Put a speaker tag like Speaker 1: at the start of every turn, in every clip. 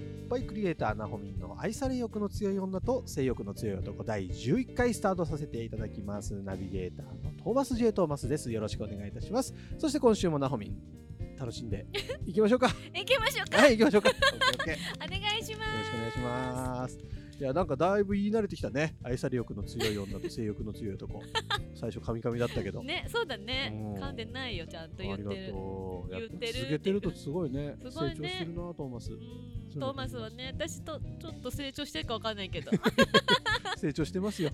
Speaker 1: いっぱいクリエイターなほみんの愛され欲の強い女と性欲の強い男第11回スタートさせていただきますナビゲーターのトーマス J トーマスですよろしくお願いいたしますそして今週もなほみん楽しんでいきまし ょうか
Speaker 2: 行きましょうか。
Speaker 1: はい行きましょうか OK OK よ
Speaker 2: お願いしま
Speaker 1: ろし
Speaker 2: す。
Speaker 1: くお願いしますいやなんかだいぶ言い慣れてきたね愛され欲の強い女と性欲の強い 男最初カミカミだったけど、
Speaker 2: ね、そうだね
Speaker 1: うん。
Speaker 2: 噛んでないよ、ちゃんと言
Speaker 1: あ
Speaker 2: って
Speaker 1: りが
Speaker 2: る。
Speaker 1: とうやっぱ
Speaker 2: 言ってる
Speaker 1: 続けてるとすごいね
Speaker 2: す
Speaker 1: 成
Speaker 2: ごいね
Speaker 1: 長してるなトーマス
Speaker 2: うんトーマスはね、私とちょっと成長してるかわかんないけど、
Speaker 1: 成長して ますよ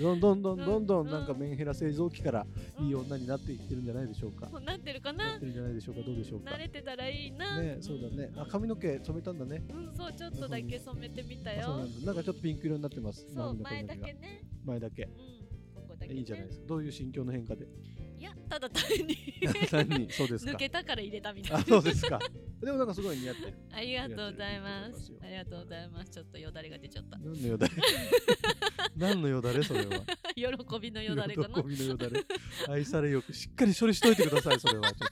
Speaker 1: どんどんどんどんどん
Speaker 2: うん
Speaker 1: なんかメンヘラ製造機から いい
Speaker 2: うん
Speaker 1: 女になっていってるんじゃないでしょうか。
Speaker 2: なってるか
Speaker 1: なっ
Speaker 2: な。
Speaker 1: てるんじゃないでしょうか。どうでしょうか。
Speaker 2: 慣
Speaker 1: ね
Speaker 2: れてたらいいな。
Speaker 1: え、そうだね。あ、髪の毛染めたんだね。
Speaker 2: うん、そう、ちょっとだけ染めてみた
Speaker 1: あそうな
Speaker 2: よ。
Speaker 1: んだ。なんかちょっとピンク色になってます。
Speaker 2: そう、
Speaker 1: 周り
Speaker 2: 前
Speaker 1: の
Speaker 2: だ
Speaker 1: 髪の毛が
Speaker 2: けね。
Speaker 1: 前だけ
Speaker 2: う。ん、ここだけ、
Speaker 1: え
Speaker 2: ね。
Speaker 1: いいじゃないですか。どういう心境の変化 で。
Speaker 2: いや、ただ単に
Speaker 1: 三人。そうです
Speaker 2: 抜
Speaker 1: か。
Speaker 2: けたから入れたみた
Speaker 1: あ、
Speaker 2: い
Speaker 1: そうですか。でもなんかすごい似合ってる。
Speaker 2: な。ありがとうございま
Speaker 1: いいと思います
Speaker 2: す
Speaker 1: よ。
Speaker 2: ありがとうございます。ちょっとよだれが出ちゃった。
Speaker 1: 何のよだれ。何のよだれそれは。
Speaker 2: 喜びのよだれかな
Speaker 1: 喜。びのよだれ。愛されよくしっかり処理しといてください。それはちょっと。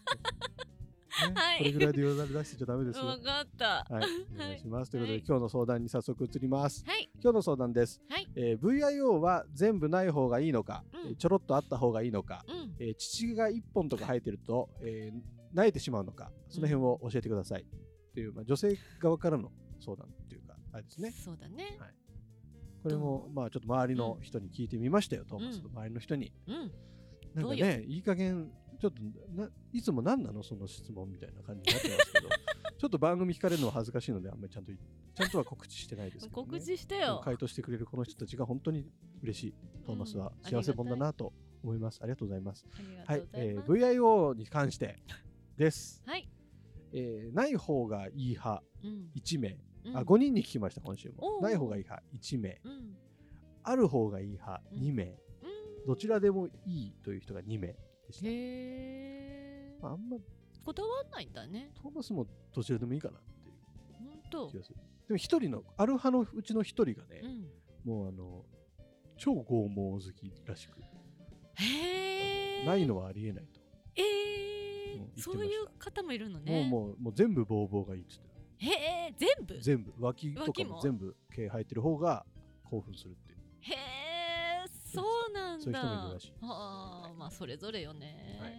Speaker 1: ね
Speaker 2: はい
Speaker 1: これぐらいでよだれ出してちゃダメですよ。
Speaker 2: わかった。
Speaker 1: はい、お願いします。ということで、
Speaker 2: はい
Speaker 1: 今日の相談に早速移ります。
Speaker 2: はい。
Speaker 1: 今日の相談です。
Speaker 2: はい
Speaker 1: えー VIO は全部ない方がいいのか、
Speaker 2: うん
Speaker 1: えーちょろっとあった方がいいのか、
Speaker 2: うん。
Speaker 1: えー乳が1本とか生えてると、えー、萎えてしまうのか、その辺を教えてください。っていう、まあ、女性側からの相談っていうか、あれですね。
Speaker 2: そうだね。
Speaker 1: これも
Speaker 2: ど、う
Speaker 1: まあ、ちょっと周りの人に聞いてみましたよ、トーマスの周りの人に。
Speaker 2: うん。
Speaker 1: なんか
Speaker 2: どう
Speaker 1: ね、いい加減、ちょっとないつも何なのその質問みたいな感じになってますけ ど、ちょっと番組聞かれるのは恥ずかしいので、あんまりちゃんとい、ちゃんとは告知してないですけど、ね。
Speaker 2: 告知して
Speaker 1: でも
Speaker 2: よ。
Speaker 1: 回答してくれるこの人たちが本当に嬉しい。トーマスは
Speaker 2: うん
Speaker 1: 幸せ者だなと思います。ありがとうございます。
Speaker 2: ありが
Speaker 1: は
Speaker 2: と
Speaker 1: い、
Speaker 2: うござい
Speaker 1: え
Speaker 2: ま
Speaker 1: ー
Speaker 2: す。
Speaker 1: VIO に関してです。
Speaker 2: はい。
Speaker 1: えーない方がいい派
Speaker 2: うん。
Speaker 1: 1名、
Speaker 2: うん
Speaker 1: あ5人に聞きました今週
Speaker 2: お
Speaker 1: も。
Speaker 2: う
Speaker 1: ない方がいい派1名、
Speaker 2: うん。
Speaker 1: ある方がいい派
Speaker 2: うん
Speaker 1: 2名、
Speaker 2: うん
Speaker 1: どちらでもいいという人が2名でした。
Speaker 2: へえ。
Speaker 1: まああんま
Speaker 2: 断んないんだね。
Speaker 1: トーマスもどちらでもいいかなっていう
Speaker 2: 本当
Speaker 1: 気。がする。でも一人の、アル派のうちの一人が
Speaker 2: う
Speaker 1: ね、
Speaker 2: ん。
Speaker 1: もうあの、超剛毛好きらしく、
Speaker 2: へえ。
Speaker 1: ないのはありえないと。
Speaker 2: え
Speaker 1: うん言って
Speaker 2: え。
Speaker 1: ました
Speaker 2: そういう方もいるのね。
Speaker 1: もうもうもう全部ボーボーがいいっつってた
Speaker 2: へえ。全部。
Speaker 1: 全部脇とか
Speaker 2: 脇
Speaker 1: も
Speaker 2: も
Speaker 1: 全部毛生えてる方が興奮するっていう
Speaker 2: へえ。そうなんだ。
Speaker 1: そういう人もいるらしいです
Speaker 2: ああ、まあそれぞれよね。
Speaker 1: はい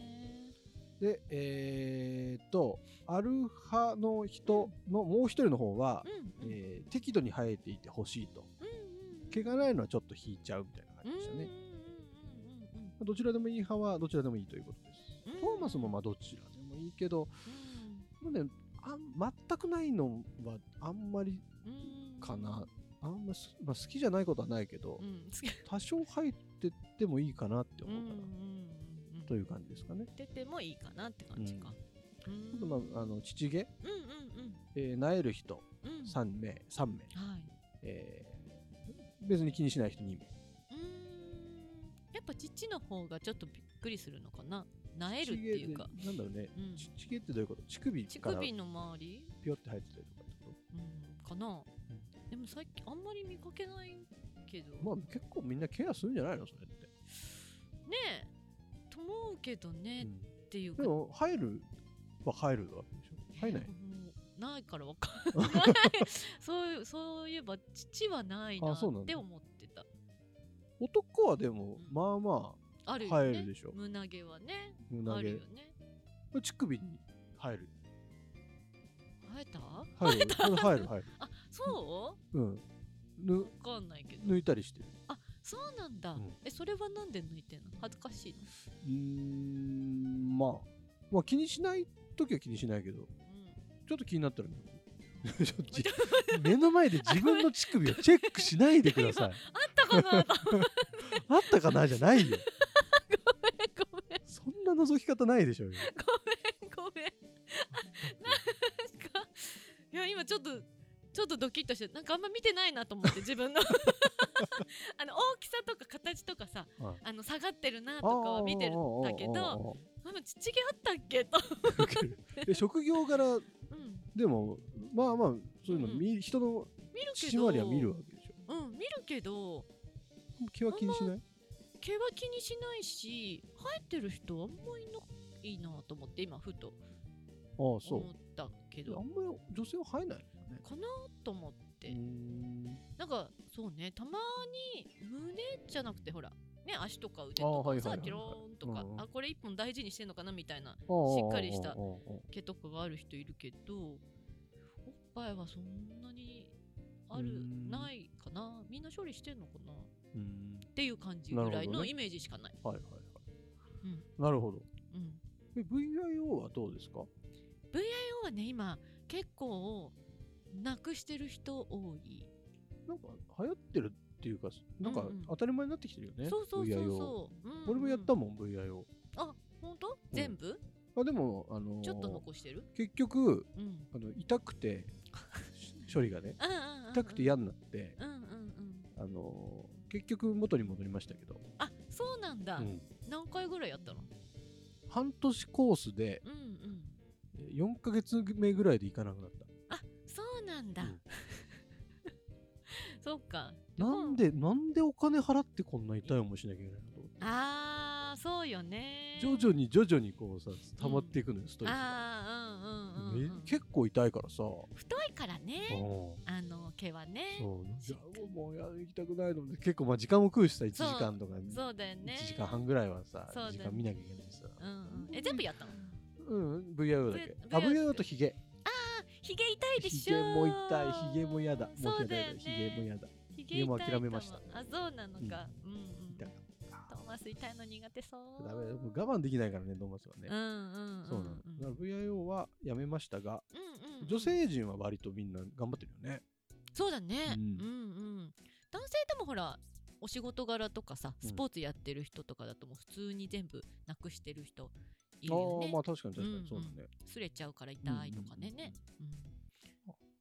Speaker 1: でえー、っとアルハの人のもう一人の方は、
Speaker 2: うん。うん。うん
Speaker 1: えー適度に生えていてほしいと
Speaker 2: うん。
Speaker 1: 毛がないのはちょっと引いちゃうみたいな感じでしたね、どちらでもいい派はどちらでもいいということです、
Speaker 2: うん
Speaker 1: トーマスもまあどちらでもいいけどもうねあん全くないのはあんまり
Speaker 2: うん。うん。
Speaker 1: かなあんまり、まあ、好きじゃないことはないけど、
Speaker 2: うん。
Speaker 1: 多少生えてってもいいかなって
Speaker 2: うん。う
Speaker 1: 思うかな、
Speaker 2: ん。うん。
Speaker 1: という感じですかね。
Speaker 2: 出てもいいかなって感じか。うん
Speaker 1: あとまあ、あの乳毛、
Speaker 2: うんう
Speaker 1: えー、萎える人
Speaker 2: んうんうん。は
Speaker 1: 3名、3名、
Speaker 2: い。
Speaker 1: えー別に気にしない人2名。
Speaker 2: うーん。やっぱ父の方がちょっとびっくりするのかな。なえるっていうか。
Speaker 1: 乳毛でなんだろうね、
Speaker 2: うん。
Speaker 1: ち乳毛ってどういうこと乳首
Speaker 2: 乳
Speaker 1: から
Speaker 2: 首の周り、
Speaker 1: ピョって生えてたりとかってこ
Speaker 2: うん、かな。でも最近あんまり見かけないけど。
Speaker 1: とまあ結構みんなケアするんじゃないのそれって。
Speaker 2: ねえ。と思うけどね、
Speaker 1: う
Speaker 2: っ
Speaker 1: ん
Speaker 2: ていうか。
Speaker 1: でも生えるは生えるわけでしょ生えない
Speaker 2: もうないからわかんない そういうそういえば父はないな
Speaker 1: あ
Speaker 2: っ
Speaker 1: そうなんだ
Speaker 2: て思ってた
Speaker 1: 男はでもまあま
Speaker 2: あるよ
Speaker 1: 生
Speaker 2: ね
Speaker 1: えるでしょ
Speaker 2: 胸毛はね
Speaker 1: あ胸
Speaker 2: ある
Speaker 1: 毛
Speaker 2: よね
Speaker 1: 乳首に生える
Speaker 2: 生え
Speaker 1: 生
Speaker 2: た
Speaker 1: えるこれ生える生える
Speaker 2: あそう
Speaker 1: うんぬ
Speaker 2: わかんないけど。
Speaker 1: 抜いたりしてる
Speaker 2: そうなんだ。
Speaker 1: うん
Speaker 2: え、それはなんで抜いてんの恥ずかしいの、
Speaker 1: うーんまあまあ気にしない時は気にしないけどちょっと気になったら ねちょっとじ目の前で自分の乳首をチェックしないでくだ さい。
Speaker 2: うん。だから
Speaker 1: あったかなじゃないよ。
Speaker 2: ごめん、
Speaker 1: そんな覗き方ないでしょうよ。
Speaker 2: ごめん、ごめん。なんか、いや今ちょっとちょっとドキッとしてなんかあんま見てないなと思って自分の あの大きさとか形とかさ、
Speaker 1: はい
Speaker 2: あの下がってるなとかは見てるんだけど
Speaker 1: ど
Speaker 2: あのちっちげあったっけと、
Speaker 1: 職業柄
Speaker 2: うん、
Speaker 1: でもまあまあそういうの見、人の
Speaker 2: 見るけ
Speaker 1: 七
Speaker 2: ど
Speaker 1: 割は見るわけでしょ
Speaker 2: うん見るけど
Speaker 1: 気は気にしない
Speaker 2: 毛は気にしないし生えてる人あんまいないなと思って今ふと
Speaker 1: ああそ
Speaker 2: 思
Speaker 1: う
Speaker 2: ったけ
Speaker 1: あ
Speaker 2: ど
Speaker 1: んまり女性は生えないもんね
Speaker 2: かなと思って、
Speaker 1: うーん
Speaker 2: なんかそうねたまに胸じゃなくてほらね足とか腕
Speaker 1: あー
Speaker 2: と
Speaker 1: はい
Speaker 2: か
Speaker 1: はいはいは
Speaker 2: さ
Speaker 1: い
Speaker 2: キローンとか
Speaker 1: うんうん
Speaker 2: あこれ一本大事にしてんのかなみたいな
Speaker 1: ああ
Speaker 2: しっかりした
Speaker 1: ああああ
Speaker 2: 毛とかがある人いるけどおっぱいはそんなにあ
Speaker 1: う
Speaker 2: る
Speaker 1: ん
Speaker 2: ないかなみんな処理してんのかなっ
Speaker 1: うーん
Speaker 2: ていう感じぐら
Speaker 1: なる
Speaker 2: い
Speaker 1: ほど
Speaker 2: の
Speaker 1: ね
Speaker 2: イメージしかない、
Speaker 1: はいはいはい、
Speaker 2: うん
Speaker 1: なるほど
Speaker 2: うん、
Speaker 1: え VIO はどうですか
Speaker 2: 要はね今結構なくしてる人多い、
Speaker 1: なんか流行ってるっていうかなんか
Speaker 2: うんうん
Speaker 1: 当たり前になってきてるよね、
Speaker 2: そうそうそう
Speaker 1: VIO
Speaker 2: そう、うんうん
Speaker 1: 俺もやったもん VIO
Speaker 2: あ本当、全部
Speaker 1: あでも、あのー
Speaker 2: ちょっと残してる
Speaker 1: 結局
Speaker 2: うん
Speaker 1: あの痛く て処理がね
Speaker 2: うんうんうんうん
Speaker 1: 痛くて嫌になって、
Speaker 2: うんうんうん
Speaker 1: あのー結局元に戻りましたけど、
Speaker 2: あそうなんだ、
Speaker 1: うん
Speaker 2: 何回ぐらいやったの
Speaker 1: 半年コースで
Speaker 2: うんうん
Speaker 1: 4ヶ月目ぐらいで行かなくなった
Speaker 2: あそうなんだ、
Speaker 1: うん
Speaker 2: そっか
Speaker 1: なんでなんでお金払ってこんな痛い思いしなきゃいけないのと思って
Speaker 2: あーそうよね
Speaker 1: 徐々に徐々にこうさ溜まっていくのよ、ストレスが、
Speaker 2: あーうんうんうん、うん
Speaker 1: め結構痛いからさ、
Speaker 2: 太いからね
Speaker 1: うん
Speaker 2: あの毛はね
Speaker 1: そう
Speaker 2: しっか
Speaker 1: いやもうや行きたくないので結構まあ時間も食うしさ1時間とか
Speaker 2: そう
Speaker 1: 1
Speaker 2: だよね
Speaker 1: 時間半ぐらいはさ、
Speaker 2: そうだね
Speaker 1: 時間見なきゃいけないしさ
Speaker 2: うん、うん、え全部やったの
Speaker 1: うん、VIO だけ
Speaker 2: ぜ
Speaker 1: あ
Speaker 2: VIO
Speaker 1: VIO とヒゲ
Speaker 2: ひげ痛いでし
Speaker 1: ヒ
Speaker 2: ょ
Speaker 1: ゲも痛いヒゲも嫌だもう
Speaker 2: そう
Speaker 1: 嫌だ嫌
Speaker 2: だよ
Speaker 1: だ
Speaker 2: ね
Speaker 1: ヒゲも嫌だ
Speaker 2: ひげ痛いか
Speaker 1: ヒゲも諦めました
Speaker 2: あそうなのか、うん、うんうん
Speaker 1: 痛か
Speaker 2: トーマス痛いの苦手そう
Speaker 1: ダメだもう我慢できないからねノーマスはね、
Speaker 2: うんうんうん
Speaker 1: そうなの
Speaker 2: うん
Speaker 1: だから VIO はやめましたが
Speaker 2: うんうん
Speaker 1: 女性陣は割とみんな頑張ってるよね
Speaker 2: そうだね、
Speaker 1: う
Speaker 2: うんん、うん男性でもほらお仕事柄とかさ
Speaker 1: うん
Speaker 2: スポーツやってる人とかだともう普通に全部なくしてる人いる
Speaker 1: あ
Speaker 2: よね
Speaker 1: あ、まあ確かに確か
Speaker 2: うんう
Speaker 1: に
Speaker 2: ん
Speaker 1: そうだね、
Speaker 2: すれちゃうから痛いとかねね、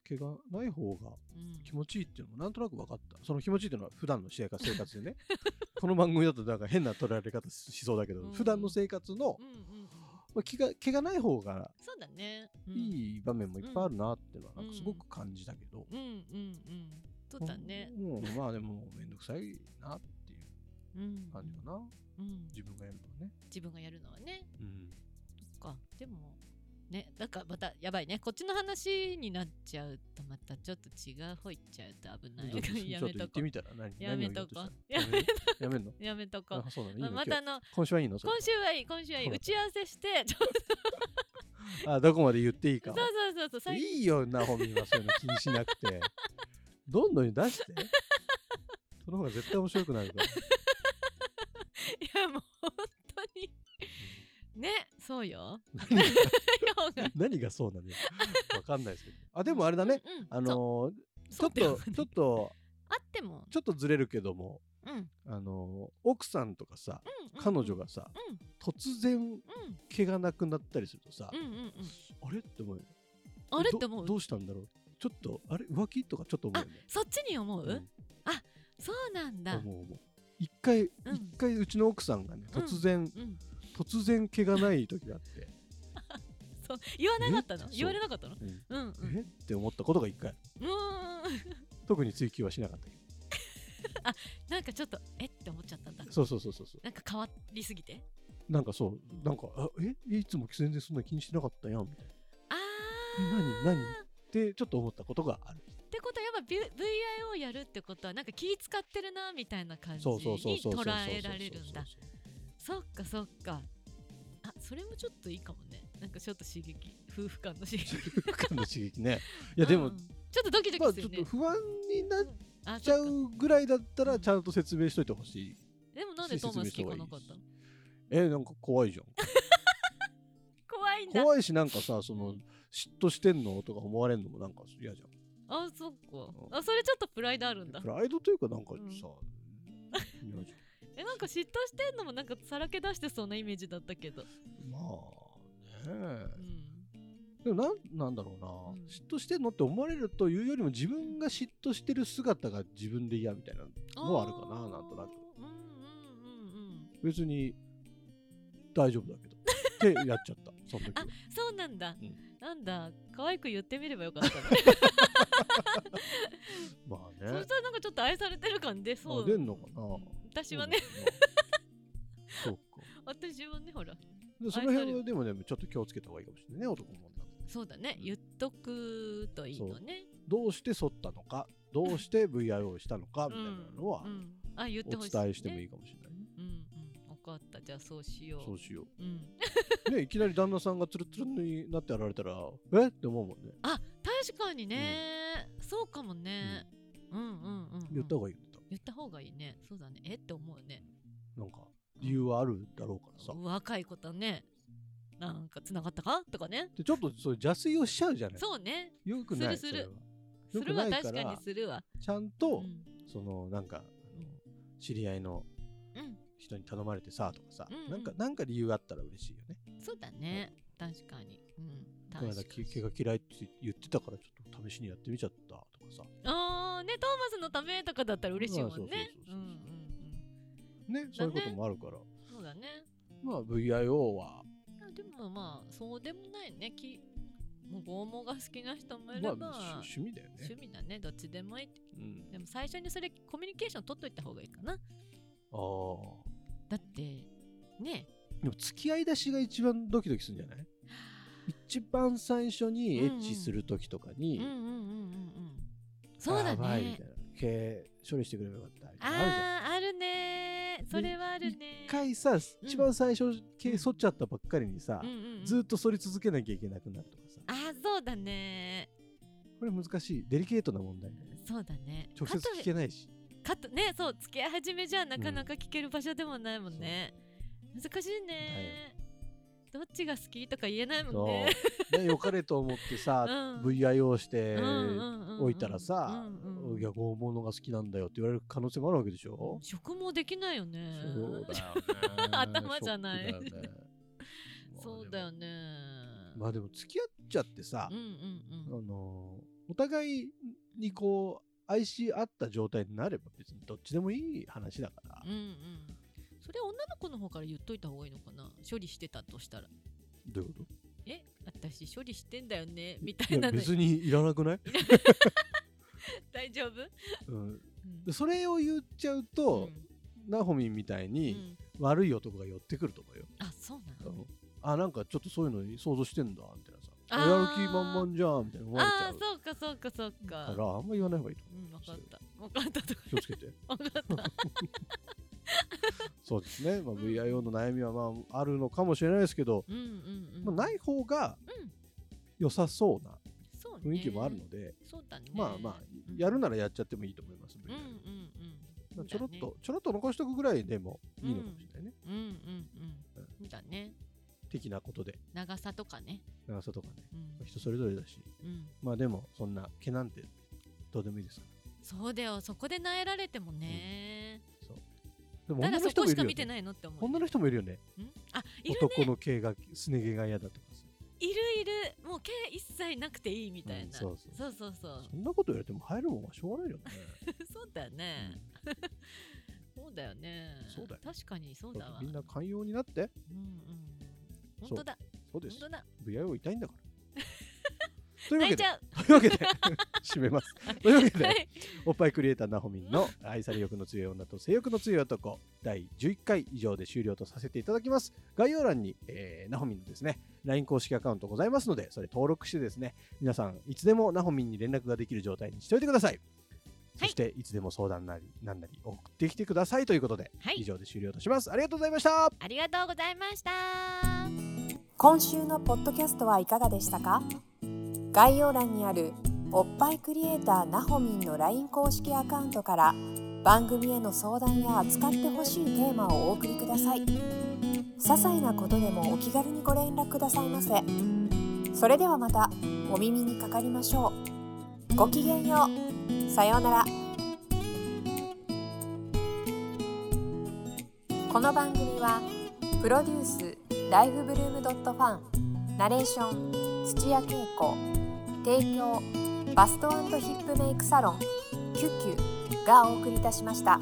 Speaker 1: 毛がない方が
Speaker 2: うんうん
Speaker 1: 気持ちいいっていうのもなんとなく分かったその気持ちいいっていうのは普段の生活生活で ねこの番組だとなんか変な捉えられ方しそうだけど、
Speaker 2: うん
Speaker 1: 普段の生活の
Speaker 2: うんうん
Speaker 1: まあ毛が毛がない方が
Speaker 2: そうだね、うん、
Speaker 1: いい場面もいっぱいあるなっていうのはなん
Speaker 2: う
Speaker 1: か
Speaker 2: ん
Speaker 1: すごく感じたけど、
Speaker 2: うんうんうんそうだね
Speaker 1: うんうんまあでも面倒くさいなっていう
Speaker 2: うん
Speaker 1: 感じかな
Speaker 2: うん
Speaker 1: 自分がやるのはね、
Speaker 2: 自分がやるのはね
Speaker 1: うん、
Speaker 2: そっかでもねなんかまたやばいねこっちの話になっちゃうとまたちょっと違う方行っちゃうと危 ないからや
Speaker 1: ちょっ
Speaker 2: め
Speaker 1: と言
Speaker 2: と
Speaker 1: っ
Speaker 2: こ
Speaker 1: て
Speaker 2: う
Speaker 1: みたら何
Speaker 2: やめとこうや
Speaker 1: 何を言おうとしたやめんの
Speaker 2: やめとこう
Speaker 1: あそうなのいい
Speaker 2: ま
Speaker 1: の
Speaker 2: あま
Speaker 1: 今
Speaker 2: た
Speaker 1: 日
Speaker 2: あの
Speaker 1: 今週はいいのそれ
Speaker 2: 今週はいい今週はいい
Speaker 1: そう
Speaker 2: 打ち合わせしてちょっ
Speaker 1: あどこまで言っていい
Speaker 2: と
Speaker 1: か
Speaker 2: そうそうそうそう最
Speaker 1: いいよ、ナホミンはそういうの気にしなくて。どんどん出して。その方が絶対面白くなる から。
Speaker 2: いやもう本当にねそうよ用が
Speaker 1: 何がそうなのよ。わかんないですけど。あ、でもあれだね。
Speaker 2: うんうん
Speaker 1: あのーち
Speaker 2: そ
Speaker 1: ょっと、
Speaker 2: うそうだよね
Speaker 1: ちょっと、
Speaker 2: あっても
Speaker 1: ちょっとずれるけども、
Speaker 2: うんうん
Speaker 1: あのー奥さんとかさ、
Speaker 2: うん
Speaker 1: 彼女がさ、
Speaker 2: うん
Speaker 1: 突然毛がなくなったりするとさ、
Speaker 2: うんうんうんうん
Speaker 1: あれって思うよね
Speaker 2: あれ
Speaker 1: ど
Speaker 2: って思う
Speaker 1: どうしたんだろうちょっと、あれ浮気とかちょっと思うよね。
Speaker 2: そっちに思う、
Speaker 1: うん
Speaker 2: そうなんだ
Speaker 1: 思う思う。一回、一
Speaker 2: ん
Speaker 1: 回うちの奥さんがね、突然、
Speaker 2: うん
Speaker 1: 突然毛がない時があって、
Speaker 2: そう言わなかった
Speaker 1: え
Speaker 2: の
Speaker 1: そう
Speaker 2: 言われなかったの
Speaker 1: うん
Speaker 2: うんうん
Speaker 1: えって思ったことが一回
Speaker 2: うーん
Speaker 1: 特に追求はしなかったけ
Speaker 2: なんかちょっとえって思っちゃったんだ
Speaker 1: どそうそうそうそうそ
Speaker 2: なんか変わりすぎて
Speaker 1: うなんかそうなんかあえいつも全然そんな気にしてなかったやんみたいな
Speaker 2: あ
Speaker 1: 何
Speaker 2: ー
Speaker 1: 何ってちょっと思ったことがある
Speaker 2: ってことはやっぱ V- VIO やるってことはなんか気使ってるなみたいな感じ
Speaker 1: そう
Speaker 2: に
Speaker 1: そうそうそう
Speaker 2: 捉
Speaker 1: そうそう
Speaker 2: えられるんだ そっかそっかあそれもちょっといいかもねなんかちょっと刺激夫婦間の刺激い
Speaker 1: 夫婦間の刺激ねいやでも、
Speaker 2: ちょっとドキド
Speaker 1: まあ
Speaker 2: キ
Speaker 1: ちょ
Speaker 2: する
Speaker 1: っ
Speaker 2: ね、
Speaker 1: と不安になっ
Speaker 2: あ
Speaker 1: ちゃ
Speaker 2: そっか
Speaker 1: うぐらいだったらちゃんと説明しといてほしい
Speaker 2: でもなんでトーマス聞かなかったの
Speaker 1: えなんか怖いじゃん
Speaker 2: 怖いんだ
Speaker 1: 怖いしなんかさその嫉妬してんのとか思われるのもなんか嫌じゃん
Speaker 2: あそっかあそれちょっとプライドあるんだ
Speaker 1: プライドというかなんかさ、
Speaker 2: うん
Speaker 1: 嫌じゃん
Speaker 2: えなんか嫉妬してんのもなんかさらけ出してそうなイメージだったけど
Speaker 1: まあね
Speaker 2: うん
Speaker 1: でもなんなんだろうな、
Speaker 2: うん
Speaker 1: 嫉妬してんのって思われるというよりも自分が嫉妬してる姿が自分で嫌みたいなのはあるかななんとなく
Speaker 2: うんうんうんうん
Speaker 1: 別に大丈夫だけどってやっち ゃったその時は
Speaker 2: そうなんだ、
Speaker 1: うん
Speaker 2: なんだ可愛く言ってみればよかったね
Speaker 1: まあ
Speaker 2: そ
Speaker 1: ね
Speaker 2: したらなんかちょっと愛されてる感出そ
Speaker 1: あ
Speaker 2: う
Speaker 1: 出んのかな
Speaker 2: 私はね
Speaker 1: そうなのかな
Speaker 2: 私はねほら
Speaker 1: そうかでその辺はでもねちょっと気をつけた方がいいかもしれないね男も女も
Speaker 2: そうだね
Speaker 1: うん
Speaker 2: 言っとくといいのね
Speaker 1: どうして剃ったのかどうして VIO したのか
Speaker 2: う
Speaker 1: みたいなんのは
Speaker 2: うんあ言っ
Speaker 1: お
Speaker 2: てほしい、ね、
Speaker 1: 伝えしてもい
Speaker 2: い
Speaker 1: いかもしれないね
Speaker 2: うんうん分かったじゃあそうしよう
Speaker 1: そうしよ
Speaker 2: うん、
Speaker 1: うねいきなり旦那さんがツルツルになって現れたら えって思うもんね
Speaker 2: あ確かにね、そうかもね、うん、うんうんうん、
Speaker 1: 言った方
Speaker 2: が
Speaker 1: がいいよ多分
Speaker 2: 言った方がいいねそうだねえって思うね
Speaker 1: なんか理由はあるだろうからさ
Speaker 2: 若い子とねなんか繋がったかとかね
Speaker 1: でちょっとそう邪推をしちゃうじゃない
Speaker 2: そうね
Speaker 1: よくない
Speaker 2: するす
Speaker 1: それはよ
Speaker 2: るす
Speaker 1: く
Speaker 2: る
Speaker 1: な
Speaker 2: はい確
Speaker 1: か
Speaker 2: からにするわ
Speaker 1: ちゃん
Speaker 2: う
Speaker 1: と、
Speaker 2: ん
Speaker 1: そのなんかあの知り合いの
Speaker 2: うん
Speaker 1: 人に頼まれてさとかさ、
Speaker 2: うんうん
Speaker 1: なんかなんか理由あったら嬉しいよね。
Speaker 2: そうだね確かにうん
Speaker 1: この間
Speaker 2: 確か
Speaker 1: 毛
Speaker 2: に
Speaker 1: 毛が嫌いって言ってたからちょっと試しにやってみちゃったとかさ
Speaker 2: あーねトーマスのためとかだったら嬉しいもんね
Speaker 1: そうそうそう
Speaker 2: う
Speaker 1: そうん
Speaker 2: うん
Speaker 1: ねそういうこともあるから、
Speaker 2: うんそうだね
Speaker 1: まあ VIO は
Speaker 2: あでもまあそうでもないねきもう剛毛が好きな人もいれ
Speaker 1: まあ
Speaker 2: ば、
Speaker 1: 趣趣味だよね
Speaker 2: 趣。味だねどっちでもいい
Speaker 1: うん、
Speaker 2: でも最初にそれコミュニケーション取っといた方がいいかな
Speaker 1: ああ
Speaker 2: だってね
Speaker 1: でも付き合い出しが一番ドキドキするんじゃない一番最初にエッチする時とかに、
Speaker 2: うんうんうんうんうんそうだ
Speaker 1: やばいみ
Speaker 2: ね
Speaker 1: たいな毛処理してくればよかったみたいなのあるじゃん
Speaker 2: あーあるねーそれはあるね
Speaker 1: 一回さ一番最初毛剃っちゃったばっかりにさ、
Speaker 2: うんうんうん
Speaker 1: ずっと剃り続けなきゃいけなくなるとかさ
Speaker 2: あーそうだね
Speaker 1: これ難しいデリケートな問題だよね
Speaker 2: ーそうだね
Speaker 1: 直接聞けないし
Speaker 2: カットねそう付き合い始めじゃなかなか聞ける場所でもないもんね、難しいねどっちが好きとか言えないもんね
Speaker 1: そうね良かれと思ってさ、
Speaker 2: うん
Speaker 1: VIO して
Speaker 2: うんうんうんうん
Speaker 1: おいたらさ
Speaker 2: うん
Speaker 1: 「
Speaker 2: うん
Speaker 1: いや拷問のが好きなんだよ」って言われる可能性もあるわけでしょ、
Speaker 2: 食もできない よね
Speaker 1: そうだよね
Speaker 2: 頭じゃない
Speaker 1: ショックだよね
Speaker 2: そうだよね
Speaker 1: まあでも付き合っちゃってさ、
Speaker 2: うんうんうん
Speaker 1: あのーお互いにこう愛し合った状態になれば別にどっちでもいい話だから、
Speaker 2: うんうんそれ女の子の方から言っといた方がいいのかな処理してたとしたら
Speaker 1: どういうこ
Speaker 2: え私処理してんだよね
Speaker 1: と
Speaker 2: みたいなの
Speaker 1: や別にいらなくない、
Speaker 2: 大丈夫、
Speaker 1: うん、
Speaker 2: うん
Speaker 1: でそれを言っちゃうと、ナホミンみたいうに
Speaker 2: ん
Speaker 1: 悪い男が寄ってくると思うよ、
Speaker 2: あそうな
Speaker 1: あ
Speaker 2: の
Speaker 1: のあなんかちょっとそういうの想像してんだみたいなさ
Speaker 2: あー
Speaker 1: やる気満々じゃんみたいな思われち
Speaker 2: あ
Speaker 1: ゃ
Speaker 2: あ
Speaker 1: う
Speaker 2: そうかそうかそう
Speaker 1: か
Speaker 2: か
Speaker 1: らあんま言わない方がいいと思
Speaker 2: うん分かった分かったとか
Speaker 1: う気をつけて
Speaker 2: 分かった
Speaker 1: そうですね、まあ、
Speaker 2: ん
Speaker 1: VIO の悩みはまああるのかもしれないですけど、
Speaker 2: うんうんうん、
Speaker 1: まあ、ない方が
Speaker 2: うん
Speaker 1: 良さそうな
Speaker 2: そう
Speaker 1: 雰
Speaker 2: ね
Speaker 1: 囲気もあるので、
Speaker 2: そうだね
Speaker 1: まあまあ、やるならやっちゃってもいいと思います。
Speaker 2: うんうんうん
Speaker 1: まあ
Speaker 2: うん
Speaker 1: ちょろっと、ちょろっと残しとくぐらいでもいいのかもしれないね。
Speaker 2: うんうんうんそうだね
Speaker 1: 的なことで、
Speaker 2: 長さとかね
Speaker 1: 長さとかね、
Speaker 2: うん
Speaker 1: まあ人それぞれだし、
Speaker 2: うん
Speaker 1: まあでも、そんな毛なんてどうでもいいですか
Speaker 2: そうだよそこでなえられてもね、
Speaker 1: ら。そう。でも
Speaker 2: た
Speaker 1: 女
Speaker 2: だ
Speaker 1: の
Speaker 2: そ
Speaker 1: 人
Speaker 2: こ
Speaker 1: もいる
Speaker 2: しか
Speaker 1: よ、
Speaker 2: 見て
Speaker 1: ね。
Speaker 2: ないのって思う、
Speaker 1: 女の人もいるよね。
Speaker 2: うんあいる
Speaker 1: 男の毛が、すね毛が嫌だとかさ。
Speaker 2: いるいるもう毛一切なくていいみたい
Speaker 1: う
Speaker 2: な、
Speaker 1: んそうそう
Speaker 2: そうそうそう
Speaker 1: そんなこと言われても入るもんはしょうがないよね。
Speaker 2: そうだよね、そうだよね
Speaker 1: そうだよ
Speaker 2: 確かにそうだわ
Speaker 1: みんな寛容になって、
Speaker 2: うんうん
Speaker 1: そう
Speaker 2: 本当だ
Speaker 1: そうで
Speaker 2: 本
Speaker 1: す。
Speaker 2: 当だ
Speaker 1: VIO 痛いん だから。というわ
Speaker 2: 泣
Speaker 1: けで、
Speaker 2: いちゃ
Speaker 1: と
Speaker 2: う
Speaker 1: いうわけで、締め ます。というわけで
Speaker 2: は。い
Speaker 1: おっぱいクリエイターなほみんの愛され欲の強い女と性欲の強い男第11回以上で終了とさせていただきます概要欄に、えー、なほみんのですね LINE 公式アカウントございますのでそれ登録してですね皆さんいつでもなほみんに連絡ができる状態にしておいてくださいそして、い、つでも相談なりなんなり送ってきてくださいということで、
Speaker 2: はい
Speaker 1: 以上で終了としますありがとうございました
Speaker 2: ありがとうございました
Speaker 3: 今週のポッドキャストはいかがでしたか概要欄にあるおっぱいクリエイターなほみんの LINE 公式アカウントから番組への相談や扱ってほしいテーマをお送りください些細なことでもお気軽にご連絡くださいませそれではまたお耳にかかりましょうごきげんようさようならこの番組はプロデュースライフブルームドットファンナレーション土屋恵子提供バストヒップメイクサロン「キュキュ」がお送りいたしました。